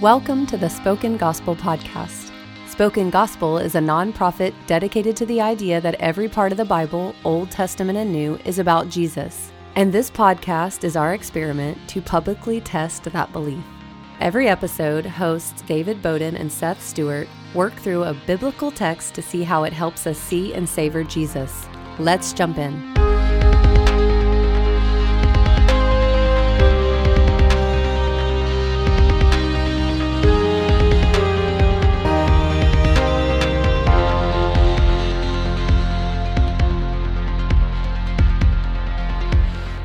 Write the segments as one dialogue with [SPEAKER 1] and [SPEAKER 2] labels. [SPEAKER 1] Welcome to the Spoken Gospel Podcast. Spoken Gospel is a nonprofit dedicated to the idea that every part of the Bible, Old Testament and New, is about Jesus. And this podcast is our experiment to publicly test that belief. Every episode, hosts David Bowden and Seth Stewart work through a biblical text to see how it helps us see and savor Jesus. Let's jump in.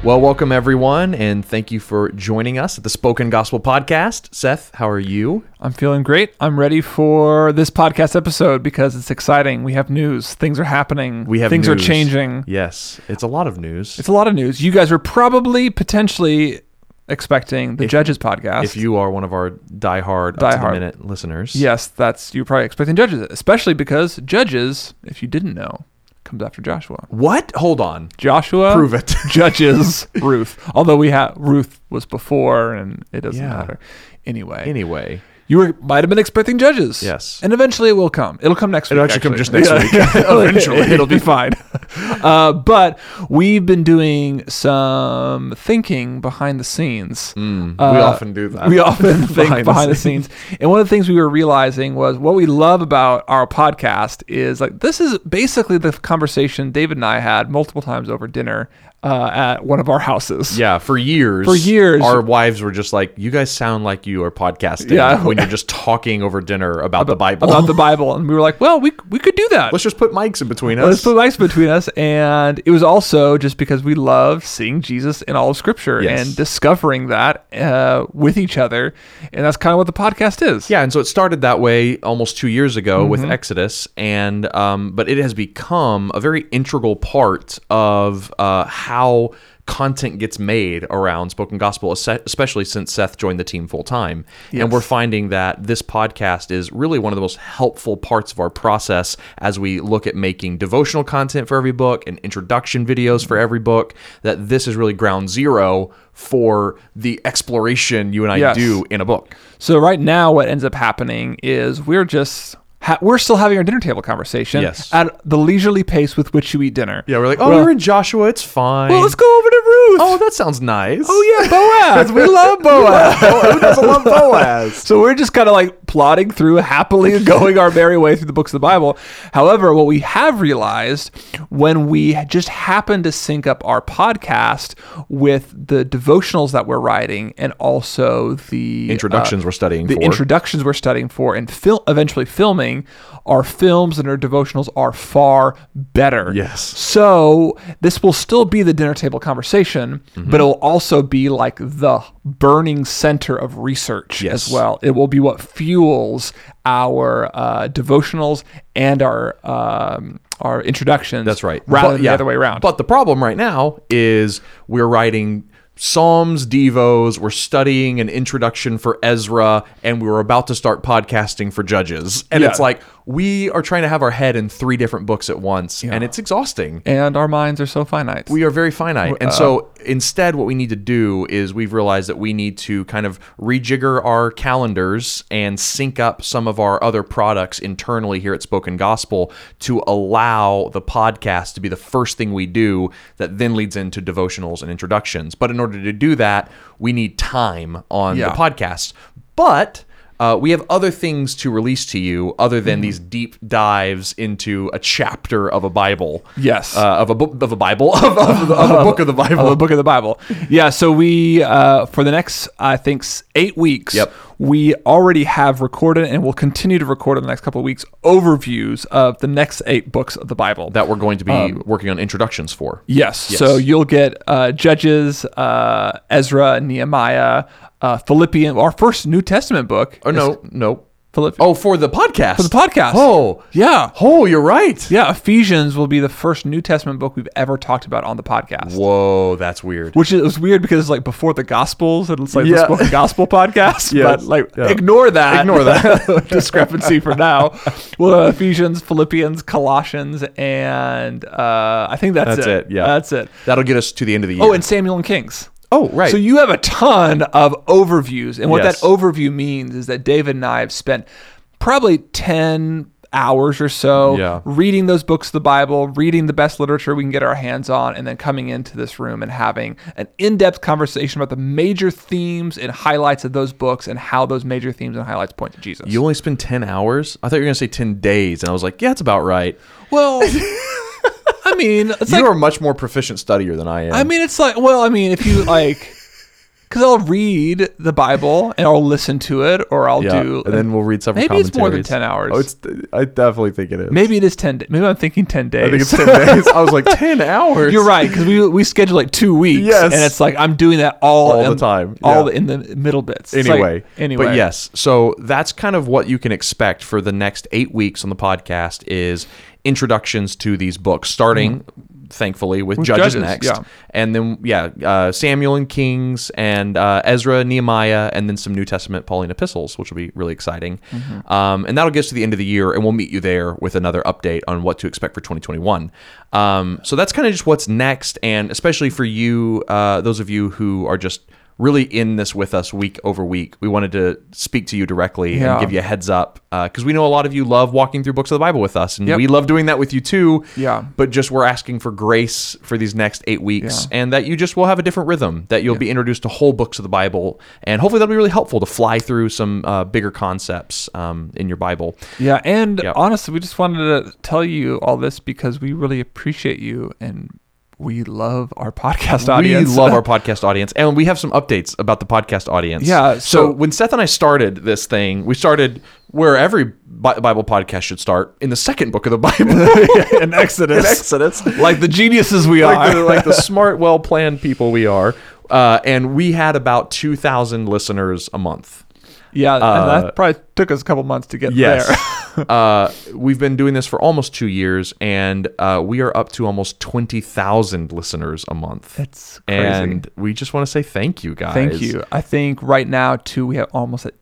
[SPEAKER 2] Well, welcome everyone, and thank you for joining us at the Spoken Gospel Podcast. Seth, how are you?
[SPEAKER 3] I'm feeling great. I'm ready for this podcast episode because it's exciting. We have news. Things are happening.
[SPEAKER 2] We have
[SPEAKER 3] things are
[SPEAKER 2] news.
[SPEAKER 3] changing.
[SPEAKER 2] Yes, it's a lot of news.
[SPEAKER 3] It's a lot of news. You guys were probably potentially expecting the Judges podcast.
[SPEAKER 2] if you are one of our diehard,
[SPEAKER 3] Diehard.
[SPEAKER 2] up-to-the-minute listeners,
[SPEAKER 3] yes, that's you're probably expecting Judges, especially because Judges, if you didn't know, comes after Joshua.
[SPEAKER 2] What? Hold on.
[SPEAKER 3] Joshua
[SPEAKER 2] Prove it.
[SPEAKER 3] Judges Ruth. Although we have Ruth was before and it doesn't
[SPEAKER 2] Yeah.
[SPEAKER 3] matter. Anyway,
[SPEAKER 2] Anyway,
[SPEAKER 3] you were, might have been expecting judges.
[SPEAKER 2] Yes.
[SPEAKER 3] And eventually it will come. It'll come next
[SPEAKER 2] It'll
[SPEAKER 3] week.
[SPEAKER 2] actually come just next week.
[SPEAKER 3] eventually. It'll be fine. Uh, but we've been doing some thinking behind the scenes. Uh,
[SPEAKER 2] Mm. we often do that.
[SPEAKER 3] We often think
[SPEAKER 2] Behind the
[SPEAKER 3] behind, the, scenes. And one of the things we were realizing was what we love about our podcast is like this is basically the conversation David and I had multiple times over dinner uh, at one of our houses.
[SPEAKER 2] yeah, for years,
[SPEAKER 3] For years.
[SPEAKER 2] our wives were just like, "You guys sound like you are podcasting
[SPEAKER 3] Yeah.
[SPEAKER 2] when you're just talking over dinner about, the Bible.
[SPEAKER 3] About the Bible. And we were like, well, we, we could do that.
[SPEAKER 2] Let's just put mics in between
[SPEAKER 3] Let's
[SPEAKER 2] us.
[SPEAKER 3] put likes between us, and it was also just because we love seeing Jesus in all of Scripture
[SPEAKER 2] Yes.
[SPEAKER 3] and discovering that uh, with each other, and that's kind of what the podcast is.
[SPEAKER 2] Yeah, and so it started that way almost two years ago with Exodus, and um, but it has become a very integral part of uh, how content gets made around spoken gospel, es- especially since Seth joined the team full time, and we're finding that this podcast is really one of the most helpful parts of our process as we look at making devotional content for every book and introduction videos for every book. That this is really ground zero for the exploration you and I
[SPEAKER 3] Yes.
[SPEAKER 2] do in a book.
[SPEAKER 3] So right now, what ends up happening is we're just. Ha- we're still having our dinner table conversation
[SPEAKER 2] Yes.
[SPEAKER 3] at the leisurely pace with which you eat dinner.
[SPEAKER 2] Yeah, we're like, oh, we're in Joshua. It's fine.
[SPEAKER 3] well, let's go over to Ruth.
[SPEAKER 2] Oh, that sounds nice.
[SPEAKER 3] Oh, yeah, Boaz. we love Boaz.
[SPEAKER 2] Who doesn't love Boaz?
[SPEAKER 3] So we're just kind of like plodding through happily going our merry way through the books of the Bible. However, what we have realized when we just happen to sync up our podcast with the devotionals that we're writing and also the uh,
[SPEAKER 2] Introductions we're studying
[SPEAKER 3] the
[SPEAKER 2] for.
[SPEAKER 3] introductions we're studying for and fil- eventually filming our films and our devotionals are far better.
[SPEAKER 2] Yes.
[SPEAKER 3] So this will still be the dinner table conversation,
[SPEAKER 2] Mm-hmm.
[SPEAKER 3] but it'll also be like the burning center of research
[SPEAKER 2] Yes.
[SPEAKER 3] as well. It will be what fuels our uh, devotionals and our um, our introductions.
[SPEAKER 2] That's right.
[SPEAKER 3] Rather
[SPEAKER 2] But-
[SPEAKER 3] than
[SPEAKER 2] yeah.
[SPEAKER 3] the other way around.
[SPEAKER 2] But the problem right now is we're writing psalms, devos. We're studying an introduction for Ezra, and we were about to start podcasting for Judges. And
[SPEAKER 3] Yeah.
[SPEAKER 2] it's like we are trying to have our head in three different books at once, and it's exhausting.
[SPEAKER 3] and our minds are so finite.
[SPEAKER 2] We are very finite. Uh, And so instead, what we need to do is we've realized that we need to kind of rejigger our calendars and sync up some of our other products internally here at Spoken Gospel to allow the podcast to be the first thing we do that then leads into devotionals and introductions. But in order to do that, we need time on the
[SPEAKER 3] Yeah.
[SPEAKER 2] podcast. But. Uh, we have other things to release to you other than these deep dives into a chapter of a Bible
[SPEAKER 3] Yes.
[SPEAKER 2] uh, of a book of a Bible of, of, of a book of the
[SPEAKER 3] of the
[SPEAKER 2] Bible.
[SPEAKER 3] book of the Bible. Yeah, so we uh, for the next I think s- eight weeks,
[SPEAKER 2] Yep.
[SPEAKER 3] we already have recorded and will continue to record in the next couple of weeks overviews of the next eight books of the Bible.
[SPEAKER 2] that we're going to be
[SPEAKER 3] Um,
[SPEAKER 2] working on introductions for.
[SPEAKER 3] yes, so you'll get uh, Judges, uh, Ezra, Nehemiah, uh, Philippian, our first New Testament book.
[SPEAKER 2] Oh no, no.
[SPEAKER 3] Philippians.
[SPEAKER 2] Oh, for the podcast. For
[SPEAKER 3] the podcast.
[SPEAKER 2] Oh,
[SPEAKER 3] yeah.
[SPEAKER 2] oh, you're right.
[SPEAKER 3] Yeah, Ephesians will be the first New Testament book we've ever talked about on the podcast.
[SPEAKER 2] Whoa, that's weird.
[SPEAKER 3] which is it was weird because it's like before the Gospels and it's like
[SPEAKER 2] Yeah.
[SPEAKER 3] the spoken gospel podcast.
[SPEAKER 2] Yes.
[SPEAKER 3] But like,
[SPEAKER 2] Yeah.
[SPEAKER 3] ignore that.
[SPEAKER 2] Ignore
[SPEAKER 3] that discrepancy for now. Well, uh, Ephesians, Philippians, Colossians, and uh, I think that's,
[SPEAKER 2] That's it, yeah.
[SPEAKER 3] that's it.
[SPEAKER 2] That'll get us to the end of the year.
[SPEAKER 3] Oh, and Samuel and Kings.
[SPEAKER 2] Oh, right.
[SPEAKER 3] So you have a ton of overviews. And what
[SPEAKER 2] Yes.
[SPEAKER 3] that overview means is that David and I have spent probably 10 hours or so
[SPEAKER 2] Yeah.
[SPEAKER 3] reading those books of the Bible, reading the best literature we can get our hands on, and then coming into this room and having an in depth conversation about the major themes and highlights of those books and how those major themes and highlights point to Jesus.
[SPEAKER 2] You only spend 10 hours? I thought you were going to say 10 days. And I was like, yeah, that's about right.
[SPEAKER 3] well, I mean, it's
[SPEAKER 2] you
[SPEAKER 3] like
[SPEAKER 2] are a much more proficient studier than I am.
[SPEAKER 3] I mean, it's like, well, I mean, if you like, because I'll read the Bible and I'll listen to it, or I'll
[SPEAKER 2] yeah.
[SPEAKER 3] do,
[SPEAKER 2] and then we'll read several
[SPEAKER 3] maybe it's more than
[SPEAKER 2] commentaries.
[SPEAKER 3] 10 hours.
[SPEAKER 2] Oh, it's, I definitely think it is.
[SPEAKER 3] maybe it is ten. da- Maybe I'm thinking ten days.
[SPEAKER 2] I think it's 10 days. I was like, 10 hours?
[SPEAKER 3] You're right because we we schedule like two weeks,
[SPEAKER 2] Yes.
[SPEAKER 3] and it's like I'm doing that all
[SPEAKER 2] All the
[SPEAKER 3] in-
[SPEAKER 2] time,
[SPEAKER 3] all
[SPEAKER 2] yeah.
[SPEAKER 3] the- in the middle bits. It's like-
[SPEAKER 2] anyway,
[SPEAKER 3] anyway,
[SPEAKER 2] but yes, so that's kind of what you can expect for the next eight weeks on the podcast is introductions to these books, starting thankfully with, Judges,
[SPEAKER 3] Mm-hmm. Judges,
[SPEAKER 2] next,
[SPEAKER 3] yeah.
[SPEAKER 2] and then yeah, uh, Samuel and Kings, and uh, Ezra, Nehemiah, and then some New Testament Pauline epistles, which will be really exciting.
[SPEAKER 3] Mm-hmm.
[SPEAKER 2] Um, and that'll get us to the end of the year, and we'll meet you there with another update on what to expect for 2021. Um, so that's kind of just what's next, and especially for you, uh, those of you who are just really in this with us week over week. We wanted to speak to you directly
[SPEAKER 3] Yeah.
[SPEAKER 2] and give you a heads up because we know a lot of you love walking through books of the Bible with us, and
[SPEAKER 3] Yep.
[SPEAKER 2] we love doing that with you too.
[SPEAKER 3] Yeah.
[SPEAKER 2] But just we're asking for grace for these next eight weeks, and that you just will have a different rhythm. That you'll be introduced to whole books of the Bible, and hopefully that'll be really helpful to fly through some uh, bigger concepts um, in your Bible.
[SPEAKER 3] yeah, and
[SPEAKER 2] Yeah.
[SPEAKER 3] honestly, we just wanted to tell you all this because we really appreciate you and we love our podcast audience.
[SPEAKER 2] We love our podcast audience, and we have some updates about the podcast audience.
[SPEAKER 3] Yeah,
[SPEAKER 2] So,
[SPEAKER 3] so-
[SPEAKER 2] when Seth and I started this thing, we started where every Bi- Bible podcast should start in the second book of the Bible,
[SPEAKER 3] in
[SPEAKER 2] in
[SPEAKER 3] Exodus.
[SPEAKER 2] Exodus.
[SPEAKER 3] like the geniuses we
[SPEAKER 2] like,
[SPEAKER 3] are.
[SPEAKER 2] the, like the smart, well planned people we are. Uh, and we had about 2,000 listeners a month. uh,
[SPEAKER 3] yeah, and that probably took us a couple months to get there.
[SPEAKER 2] Yes. uh, we've been doing this for almost two years, and uh, we are up to almost 20,000 listeners a month.
[SPEAKER 3] That's crazy.
[SPEAKER 2] And we just want to say thank you, guys.
[SPEAKER 3] Thank you. I think right now too we have almost at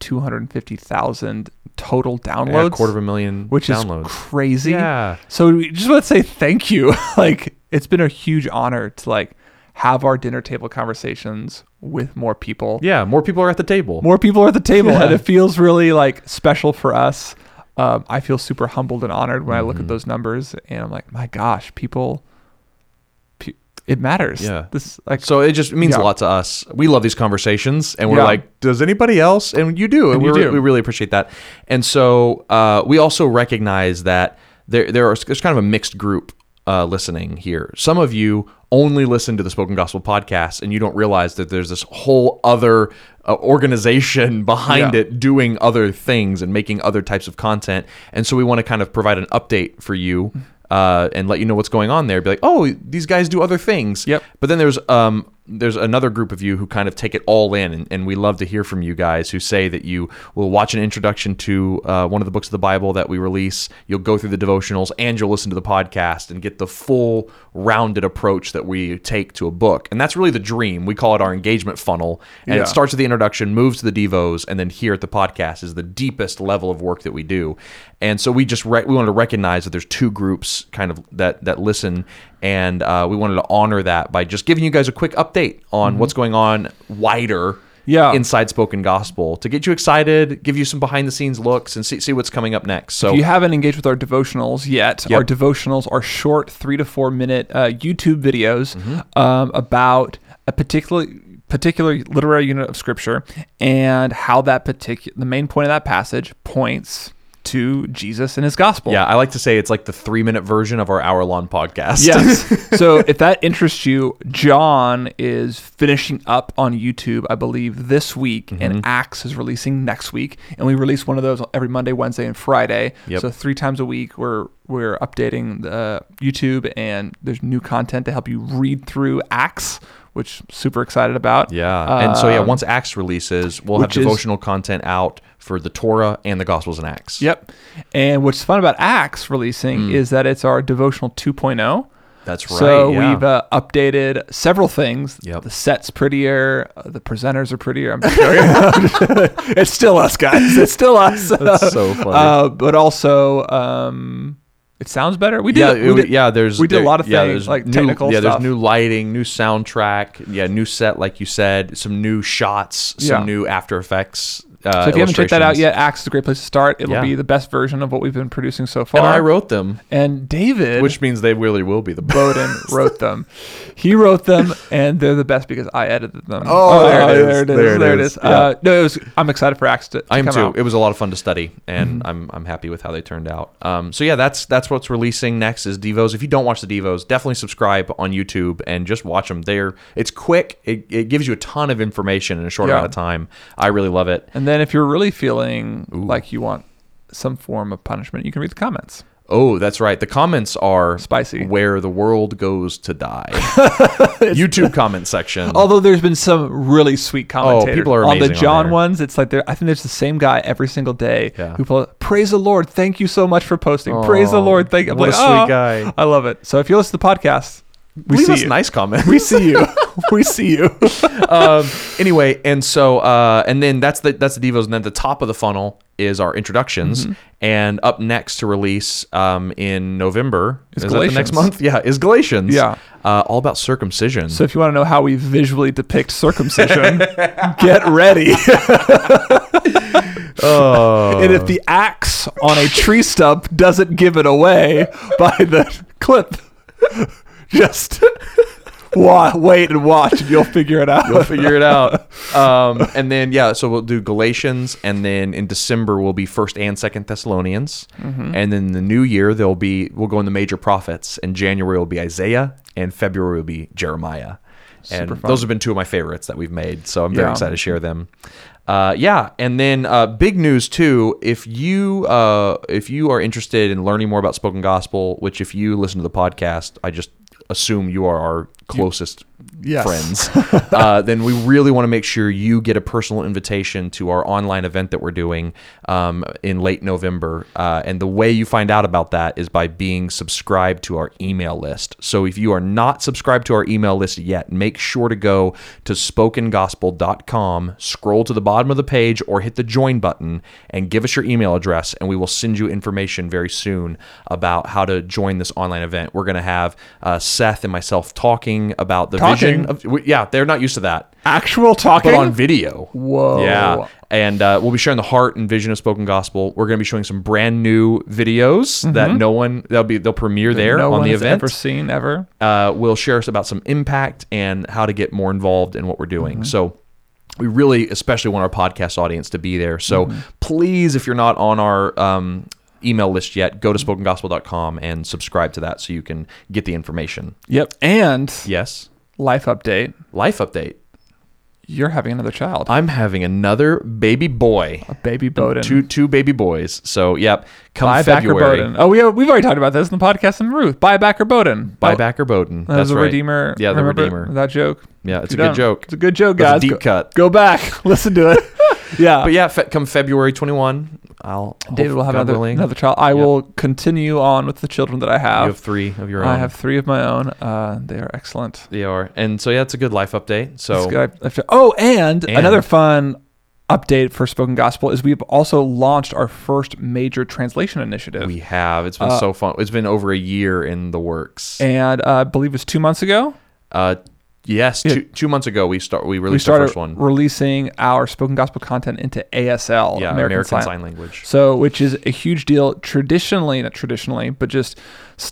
[SPEAKER 3] 250,000 total downloads,
[SPEAKER 2] Yeah, a quarter of a million
[SPEAKER 3] which
[SPEAKER 2] downloads.
[SPEAKER 3] is crazy.
[SPEAKER 2] Yeah.
[SPEAKER 3] So we just want to say thank you. like it's been a huge honor to like have our dinner table conversations with more people.
[SPEAKER 2] yeah, more people are at the table.
[SPEAKER 3] More people are at the table and it feels really like special for us. Um, I feel super humbled and honored when I
[SPEAKER 2] Mm-hmm.
[SPEAKER 3] look at those numbers and I'm like, my gosh, people pe- it matters.
[SPEAKER 2] Yeah.
[SPEAKER 3] This like
[SPEAKER 2] so it just means a
[SPEAKER 3] Yeah.
[SPEAKER 2] lot to us. We love these conversations, and we're
[SPEAKER 3] Yeah.
[SPEAKER 2] like, does anybody else? And you do, and,
[SPEAKER 3] you
[SPEAKER 2] we, re-
[SPEAKER 3] do.
[SPEAKER 2] we really appreciate that. And so uh, we also recognize that there there are there's kind of a mixed group uh, listening here. Some of you only listen to the Spoken Gospel podcast, and you don't realize that there's this whole other uh, organization behind
[SPEAKER 3] Yeah.
[SPEAKER 2] it doing other things and making other types of content. And so we want to kind of provide an update for you. Uh, and let you know what's going on there. Be like, oh, these guys do other things.
[SPEAKER 3] Yep.
[SPEAKER 2] But then there's um there's another group of you who kind of take it all in, and, and we love to hear from you guys who say that you will watch an introduction to uh, one of the books of the Bible that we release. You'll go through the devotionals and you'll listen to the podcast and get the full rounded approach that we take to a book. And that's really the dream. We call it our engagement funnel, and
[SPEAKER 3] Yeah.
[SPEAKER 2] it starts with the introduction, moves to the devos, and then here at the podcast is the deepest level of work that we do. And so we just re- we wanted to recognize that there's two groups kind of that that listen, and uh, we wanted to honor that by just giving you guys a quick update on what's going on wider.
[SPEAKER 3] Mm-hmm. Yeah.
[SPEAKER 2] inside spoken gospel to get you excited, give you some behind the scenes looks, and see, see what's coming up next. So
[SPEAKER 3] If you haven't engaged with our devotionals yet,
[SPEAKER 2] Yep.
[SPEAKER 3] our devotionals are short three to four minute uh, YouTube videos
[SPEAKER 2] Mm-hmm.
[SPEAKER 3] um, about a particular particular literary unit of scripture and how that particular the main point of that passage points to Jesus and his gospel.
[SPEAKER 2] yeah, I like to say it's like the three minute version of our hour long podcast.
[SPEAKER 3] Yes. so if that interests you, John is finishing up on YouTube, I believe, this week,
[SPEAKER 2] Mm-hmm.
[SPEAKER 3] and Axe is releasing next week. And we release one of those every Monday, Wednesday, and Friday.
[SPEAKER 2] Yep.
[SPEAKER 3] So three times a week, we're we're updating the YouTube, and there's new content to help you read through Axe, which I'm super excited about.
[SPEAKER 2] Yeah. And so, yeah,
[SPEAKER 3] Um,
[SPEAKER 2] once Acts releases, we'll have
[SPEAKER 3] which is-
[SPEAKER 2] devotional content out for the Torah and the Gospels and Acts.
[SPEAKER 3] Yep. And what's fun about Axe releasing
[SPEAKER 2] Mm.
[SPEAKER 3] is that it's our devotional oh. 2.0.
[SPEAKER 2] That's right.
[SPEAKER 3] So
[SPEAKER 2] yeah.
[SPEAKER 3] we've uh, updated several things.
[SPEAKER 2] Yep.
[SPEAKER 3] The set's prettier. Uh, the presenters are prettier. I'm sure. it's still us, guys. It's still us.
[SPEAKER 2] That's so funny.
[SPEAKER 3] Uh, but also, um, It sounds better. We did.
[SPEAKER 2] Yeah,
[SPEAKER 3] we
[SPEAKER 2] it-
[SPEAKER 3] did-
[SPEAKER 2] yeah. There's
[SPEAKER 3] we did
[SPEAKER 2] there-
[SPEAKER 3] a lot of
[SPEAKER 2] yeah,
[SPEAKER 3] things
[SPEAKER 2] there's
[SPEAKER 3] like
[SPEAKER 2] new-
[SPEAKER 3] technical
[SPEAKER 2] Yeah,
[SPEAKER 3] stuff.
[SPEAKER 2] there's new lighting, new soundtrack. Yeah, new set, like you said. Some new shots. Some
[SPEAKER 3] Yeah.
[SPEAKER 2] new After Effects. Uh,
[SPEAKER 3] so if you haven't checked that out
[SPEAKER 2] illustrations.
[SPEAKER 3] yet, Axe is a great place to start. It'll
[SPEAKER 2] Yeah.
[SPEAKER 3] be the best version of what we've been producing so far.
[SPEAKER 2] and I wrote them,
[SPEAKER 3] And David
[SPEAKER 2] which means they really will be the best.
[SPEAKER 3] Bowden wrote them. He wrote them, and they're the best because I edited them.
[SPEAKER 2] Oh, there it is.
[SPEAKER 3] There it is. There it is. Uh, no, it was, I'm excited for Axe to, to
[SPEAKER 2] I am
[SPEAKER 3] come
[SPEAKER 2] too.
[SPEAKER 3] out. Mm-hmm.
[SPEAKER 2] It was a lot of fun to study, and I'm I'm happy with how they turned out. Um, so yeah, that's that's what's releasing next is Devos. If you don't watch the Devos, definitely subscribe on YouTube and just watch them. There, it's quick. It, it gives you a ton of information in a short
[SPEAKER 3] Yeah.
[SPEAKER 2] amount of time. I really love it.
[SPEAKER 3] And then if you're really feeling like you want some form of punishment, you can read the comments.
[SPEAKER 2] Oh, that's right. The comments are
[SPEAKER 3] Spicy.
[SPEAKER 2] Where the world goes to die. YouTube comment section.
[SPEAKER 3] Although there's been some really sweet commentators
[SPEAKER 2] Oh, people are
[SPEAKER 3] on the
[SPEAKER 2] amazing on
[SPEAKER 3] John
[SPEAKER 2] there.
[SPEAKER 3] ones. It's like there. I think there's the same guy every single day
[SPEAKER 2] Yeah.
[SPEAKER 3] who po- praise the Lord. Thank you so much for posting. praise the
[SPEAKER 2] Aw,
[SPEAKER 3] Lord. Thank. I'm
[SPEAKER 2] what
[SPEAKER 3] like,
[SPEAKER 2] a sweet
[SPEAKER 3] "Oh,
[SPEAKER 2] guy."
[SPEAKER 3] I love it. So if you listen to the podcast, we
[SPEAKER 2] Leave
[SPEAKER 3] see
[SPEAKER 2] us
[SPEAKER 3] you.
[SPEAKER 2] nice comments.
[SPEAKER 3] We see you. we see you.
[SPEAKER 2] um, anyway, and so uh, and then that's the that's the Devos, and then the top of the funnel is our introductions,
[SPEAKER 3] Mm-hmm.
[SPEAKER 2] and up next to release um, in November
[SPEAKER 3] Is
[SPEAKER 2] is that the next month?
[SPEAKER 3] Galatians.
[SPEAKER 2] Yeah, is Galatians.
[SPEAKER 3] Yeah.
[SPEAKER 2] uh, all about circumcision.
[SPEAKER 3] So if you want to know how we visually depict circumcision, get ready. and
[SPEAKER 2] Oh.
[SPEAKER 3] if the axe on a tree stump doesn't give it away by the clip, just wa- wait and watch, and you'll figure it out.
[SPEAKER 2] We'll figure it out. Um, and then yeah, so we'll do Galatians, and then in December will be First and Second Thessalonians,
[SPEAKER 3] Mm-hmm.
[SPEAKER 2] and then the new year there'll be we'll go in the major prophets. In January will be Isaiah, and February will be Jeremiah. And
[SPEAKER 3] Super fun.
[SPEAKER 2] those have been two of my favorites that we've made, so I'm very
[SPEAKER 3] Yeah.
[SPEAKER 2] excited to share them. Uh, yeah, and then uh, big news too. If you uh, if you are interested in learning more about spoken gospel, which if you listen to the podcast, I just assume you are our closest
[SPEAKER 3] Yes.
[SPEAKER 2] friends, uh, then we really want to make sure you get a personal invitation to our online event that we're doing um, in late November. Uh, and the way you find out about that is by being subscribed to our email list. So if you are not subscribed to our email list yet, make sure to go to spokengospel.com, scroll to the bottom of the page, or hit the join button and give us your email address, and we will send you information very soon about how to join this online event. We're going to have uh, Seth and myself talking about the
[SPEAKER 3] Talking?
[SPEAKER 2] vision of we- yeah they're not used to that
[SPEAKER 3] Actual talking.
[SPEAKER 2] but on video
[SPEAKER 3] Whoa.
[SPEAKER 2] yeah and uh, we'll be sharing the heart and vision of spoken gospel we're going to be showing some brand new videos that no one they'll be they'll premiere there
[SPEAKER 3] Mm-hmm. no
[SPEAKER 2] on
[SPEAKER 3] one
[SPEAKER 2] the
[SPEAKER 3] has
[SPEAKER 2] event
[SPEAKER 3] ever seen ever.
[SPEAKER 2] uh, will share us about some impact and how to get more involved in what we're doing.
[SPEAKER 3] Mm-hmm.
[SPEAKER 2] So we really, especially want our podcast audience to be there. So
[SPEAKER 3] Mm-hmm.
[SPEAKER 2] please, if you're not on our um, email list yet, go to spokengospel.com and subscribe to that so you can get the information.
[SPEAKER 3] Yep. And
[SPEAKER 2] Yes.
[SPEAKER 3] life update.
[SPEAKER 2] Life update.
[SPEAKER 3] You're having another child.
[SPEAKER 2] I'm having another baby boy.
[SPEAKER 3] Baby Bowden.
[SPEAKER 2] Two two baby boys. So yep, come
[SPEAKER 3] Buy back or
[SPEAKER 2] February.
[SPEAKER 3] Bowden. Oh, we have, we've already talked about this in the podcast in Ruth. Buy back or Bowden.
[SPEAKER 2] Buy
[SPEAKER 3] Oh,
[SPEAKER 2] back or Bowden.
[SPEAKER 3] That
[SPEAKER 2] That's
[SPEAKER 3] was a
[SPEAKER 2] right.
[SPEAKER 3] redeemer.
[SPEAKER 2] Yeah, the
[SPEAKER 3] Remember
[SPEAKER 2] redeemer.
[SPEAKER 3] That joke.
[SPEAKER 2] Yeah, it's
[SPEAKER 3] You
[SPEAKER 2] a good
[SPEAKER 3] don't.
[SPEAKER 2] joke.
[SPEAKER 3] It's a good joke,
[SPEAKER 2] That's a
[SPEAKER 3] guys.
[SPEAKER 2] deep
[SPEAKER 3] go,
[SPEAKER 2] cut.
[SPEAKER 3] Go back, listen to it. yeah.
[SPEAKER 2] But yeah, fe- come February 21, I'll
[SPEAKER 3] David will have
[SPEAKER 2] God
[SPEAKER 3] another,
[SPEAKER 2] willing.
[SPEAKER 3] another child. I will continue on with the children that I have.
[SPEAKER 2] You have three of your own.
[SPEAKER 3] I have three of my own. Uh, they are excellent.
[SPEAKER 2] They are, and so yeah, it's a good life update.
[SPEAKER 3] It's
[SPEAKER 2] So
[SPEAKER 3] good. I- I feel- Oh, and,
[SPEAKER 2] And-
[SPEAKER 3] another fun update for spoken gospel is we've also launched our first major translation initiative.
[SPEAKER 2] we have. It's been so fun. It's been over a year in the works.
[SPEAKER 3] Uh, and uh, I believe it was two months ago.
[SPEAKER 2] uh, yes, two, two months ago we start we
[SPEAKER 3] we
[SPEAKER 2] released our
[SPEAKER 3] started
[SPEAKER 2] first one.
[SPEAKER 3] releasing our spoken gospel content into ASL,
[SPEAKER 2] yeah,
[SPEAKER 3] American, Sign,
[SPEAKER 2] Language.
[SPEAKER 3] So, which is a huge deal. Traditionally, not traditionally, but just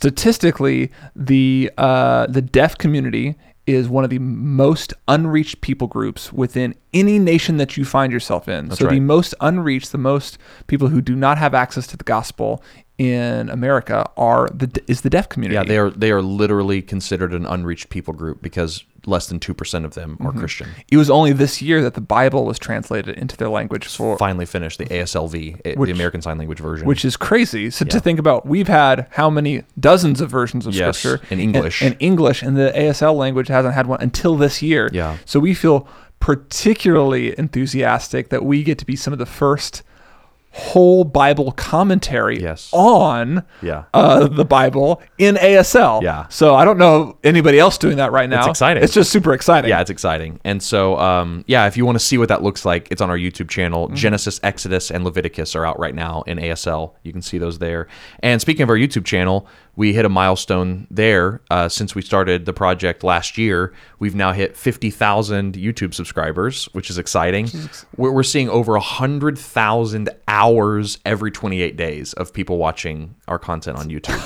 [SPEAKER 3] statistically, the uh, the deaf community is one of the most unreached people groups within any nation that you find yourself in. so, the
[SPEAKER 2] right.
[SPEAKER 3] most unreached, the most people who do not have access to the gospel in America are the is the deaf community.
[SPEAKER 2] Yeah, they are they are literally considered an unreached people group because less than two percent of them are
[SPEAKER 3] Mm-hmm.
[SPEAKER 2] Christian.
[SPEAKER 3] it was only this year that the Bible was translated into their language for
[SPEAKER 2] Finally finished the ASLV, eh,
[SPEAKER 3] Which-
[SPEAKER 2] the American Sign Language version.
[SPEAKER 3] which is crazy. So to think about, we've had how many dozens of versions of
[SPEAKER 2] Yes,
[SPEAKER 3] scripture
[SPEAKER 2] in English.
[SPEAKER 3] and, and English, and the ASL language hasn't had one until this year.
[SPEAKER 2] Yeah.
[SPEAKER 3] So we feel particularly enthusiastic that we get to be some of the first whole Bible commentary
[SPEAKER 2] Yes.
[SPEAKER 3] on
[SPEAKER 2] Yeah.
[SPEAKER 3] uh, the Bible in ASL.
[SPEAKER 2] Yeah.
[SPEAKER 3] So I don't know anybody else doing that right now.
[SPEAKER 2] exciting.
[SPEAKER 3] It's just super exciting.
[SPEAKER 2] Yeah, it's exciting. And so, um, yeah, if you want to see what that looks like, it's on our YouTube channel. Genesis, Exodus, and Leviticus are out right now in ASL. You can see those there. And speaking of our YouTube channel, we hit a milestone there uh, since we started the project last year. We've now hit 50,000 YouTube subscribers, which is exciting. We're, we're seeing over 100,000 hours every 28 days of people watching our content on YouTube.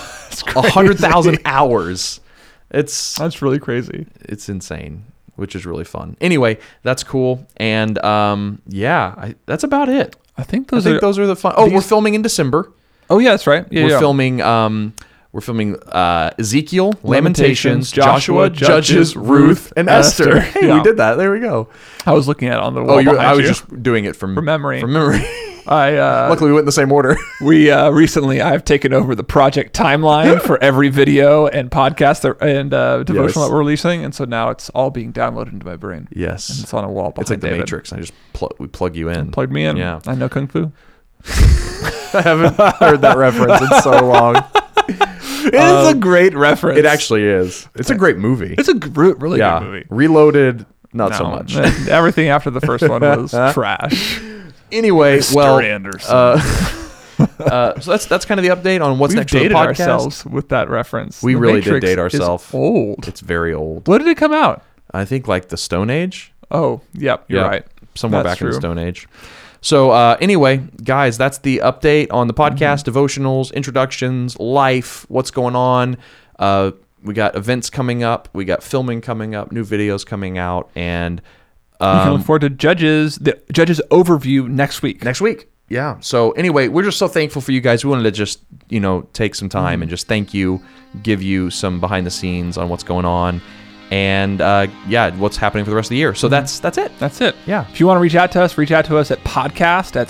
[SPEAKER 2] 100,000 hours. It's
[SPEAKER 3] That's really crazy.
[SPEAKER 2] it's insane, which is really fun. Anyway, that's cool, and um, yeah, I, that's about it.
[SPEAKER 3] I think
[SPEAKER 2] I
[SPEAKER 3] those
[SPEAKER 2] think
[SPEAKER 3] are.
[SPEAKER 2] those are the fun. Oh, we're
[SPEAKER 3] these-
[SPEAKER 2] filming in December.
[SPEAKER 3] oh yeah, that's right. Yeah,
[SPEAKER 2] we're
[SPEAKER 3] yeah.
[SPEAKER 2] filming. Um, we're filming uh, Ezekiel, Lamentations,
[SPEAKER 3] Lamentations,
[SPEAKER 2] Joshua,
[SPEAKER 3] Joshua,
[SPEAKER 2] Judges,
[SPEAKER 3] Judges,
[SPEAKER 2] Ruth, and Esther.
[SPEAKER 3] Esther.
[SPEAKER 2] Hey, we
[SPEAKER 3] Yeah.
[SPEAKER 2] did that. There we go.
[SPEAKER 3] I was looking at it on the wall.
[SPEAKER 2] Oh, you,
[SPEAKER 3] behind
[SPEAKER 2] I was
[SPEAKER 3] you.
[SPEAKER 2] just doing it from,
[SPEAKER 3] From memory.
[SPEAKER 2] From memory.
[SPEAKER 3] I uh,
[SPEAKER 2] Luckily, we went in the same order.
[SPEAKER 3] we uh, recently I've taken over the project timeline for every video and podcast that, and uh, devotional
[SPEAKER 2] Yes.
[SPEAKER 3] that we're releasing, and so now it's all being downloaded into my brain.
[SPEAKER 2] Yes.
[SPEAKER 3] and it's on a wall.
[SPEAKER 2] it's
[SPEAKER 3] Behind
[SPEAKER 2] like the
[SPEAKER 3] David.
[SPEAKER 2] Matrix. I just plug we plug you in.
[SPEAKER 3] Plugged me in.
[SPEAKER 2] Yeah.
[SPEAKER 3] I know kung fu.
[SPEAKER 2] I haven't heard that reference in so long.
[SPEAKER 3] It is a great reference.
[SPEAKER 2] It actually is. It's a great movie.
[SPEAKER 3] Um, it's a gr- really
[SPEAKER 2] yeah.
[SPEAKER 3] good movie.
[SPEAKER 2] Reloaded, not so
[SPEAKER 3] No,
[SPEAKER 2] much.
[SPEAKER 3] Everything after the first one was trash.
[SPEAKER 2] Anyway,
[SPEAKER 3] Mr.
[SPEAKER 2] well,
[SPEAKER 3] Anderson.
[SPEAKER 2] Uh, uh, so that's that's kind of the update on what's
[SPEAKER 3] We
[SPEAKER 2] next for
[SPEAKER 3] dated
[SPEAKER 2] the podcast.
[SPEAKER 3] ourselves with that reference.
[SPEAKER 2] We
[SPEAKER 3] The
[SPEAKER 2] really did
[SPEAKER 3] Matrix
[SPEAKER 2] date
[SPEAKER 3] is
[SPEAKER 2] ourselves.
[SPEAKER 3] Old.
[SPEAKER 2] It's very old.
[SPEAKER 3] When did it come out?
[SPEAKER 2] I think like the Stone Age.
[SPEAKER 3] Oh, yep. You're
[SPEAKER 2] Yeah,
[SPEAKER 3] right.
[SPEAKER 2] Somewhere
[SPEAKER 3] That's
[SPEAKER 2] back in the
[SPEAKER 3] true.
[SPEAKER 2] Stone Age. So uh, anyway, guys, that's the update on the
[SPEAKER 3] Mm-hmm.
[SPEAKER 2] podcast, devotionals, introductions, life, what's going on. Uh, we got events coming up. We got filming coming up. New videos coming out, and uh,
[SPEAKER 3] you can look forward to judges the judges overview next week.
[SPEAKER 2] Um, next week. Yeah. So anyway, we're just so thankful for you guys. We wanted to just, you know, take some
[SPEAKER 3] Mm-hmm.
[SPEAKER 2] time and just thank you, give you some behind the scenes on what's going on and uh yeah, what's happening for the rest of the year. So that's that's it.
[SPEAKER 3] Mm-hmm. That's it.
[SPEAKER 2] Yeah.
[SPEAKER 3] If you want to reach out to us, reach out to us at podcast at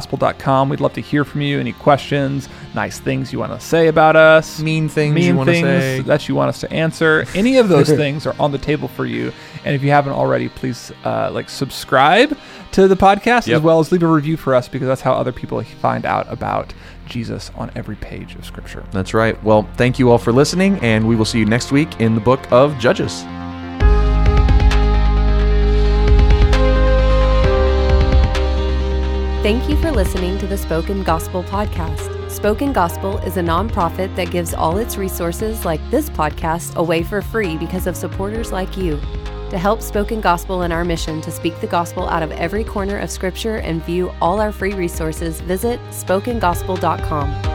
[SPEAKER 3] spokengospel.com. We'd love to hear from you. Any questions, nice things you want to say about us,
[SPEAKER 2] Mean things
[SPEAKER 3] mean
[SPEAKER 2] you wanna
[SPEAKER 3] things
[SPEAKER 2] say.
[SPEAKER 3] that you want us to answer. Any of those things are on the table for you. And if you haven't already, please uh, like subscribe to the podcast
[SPEAKER 2] Yep.
[SPEAKER 3] as well as leave a review for us because that's how other people find out about Jesus on every page of Scripture.
[SPEAKER 2] That's right. Well, thank you all for listening and we will see you next week in the book of Judges.
[SPEAKER 1] Thank you for listening to the Spoken Gospel Podcast. Spoken Gospel is a nonprofit that gives all its resources, like this podcast, away for free because of supporters like you. To help Spoken Gospel in our mission to speak the gospel out of every corner of Scripture and view all our free resources, visit SpokenGospel.com.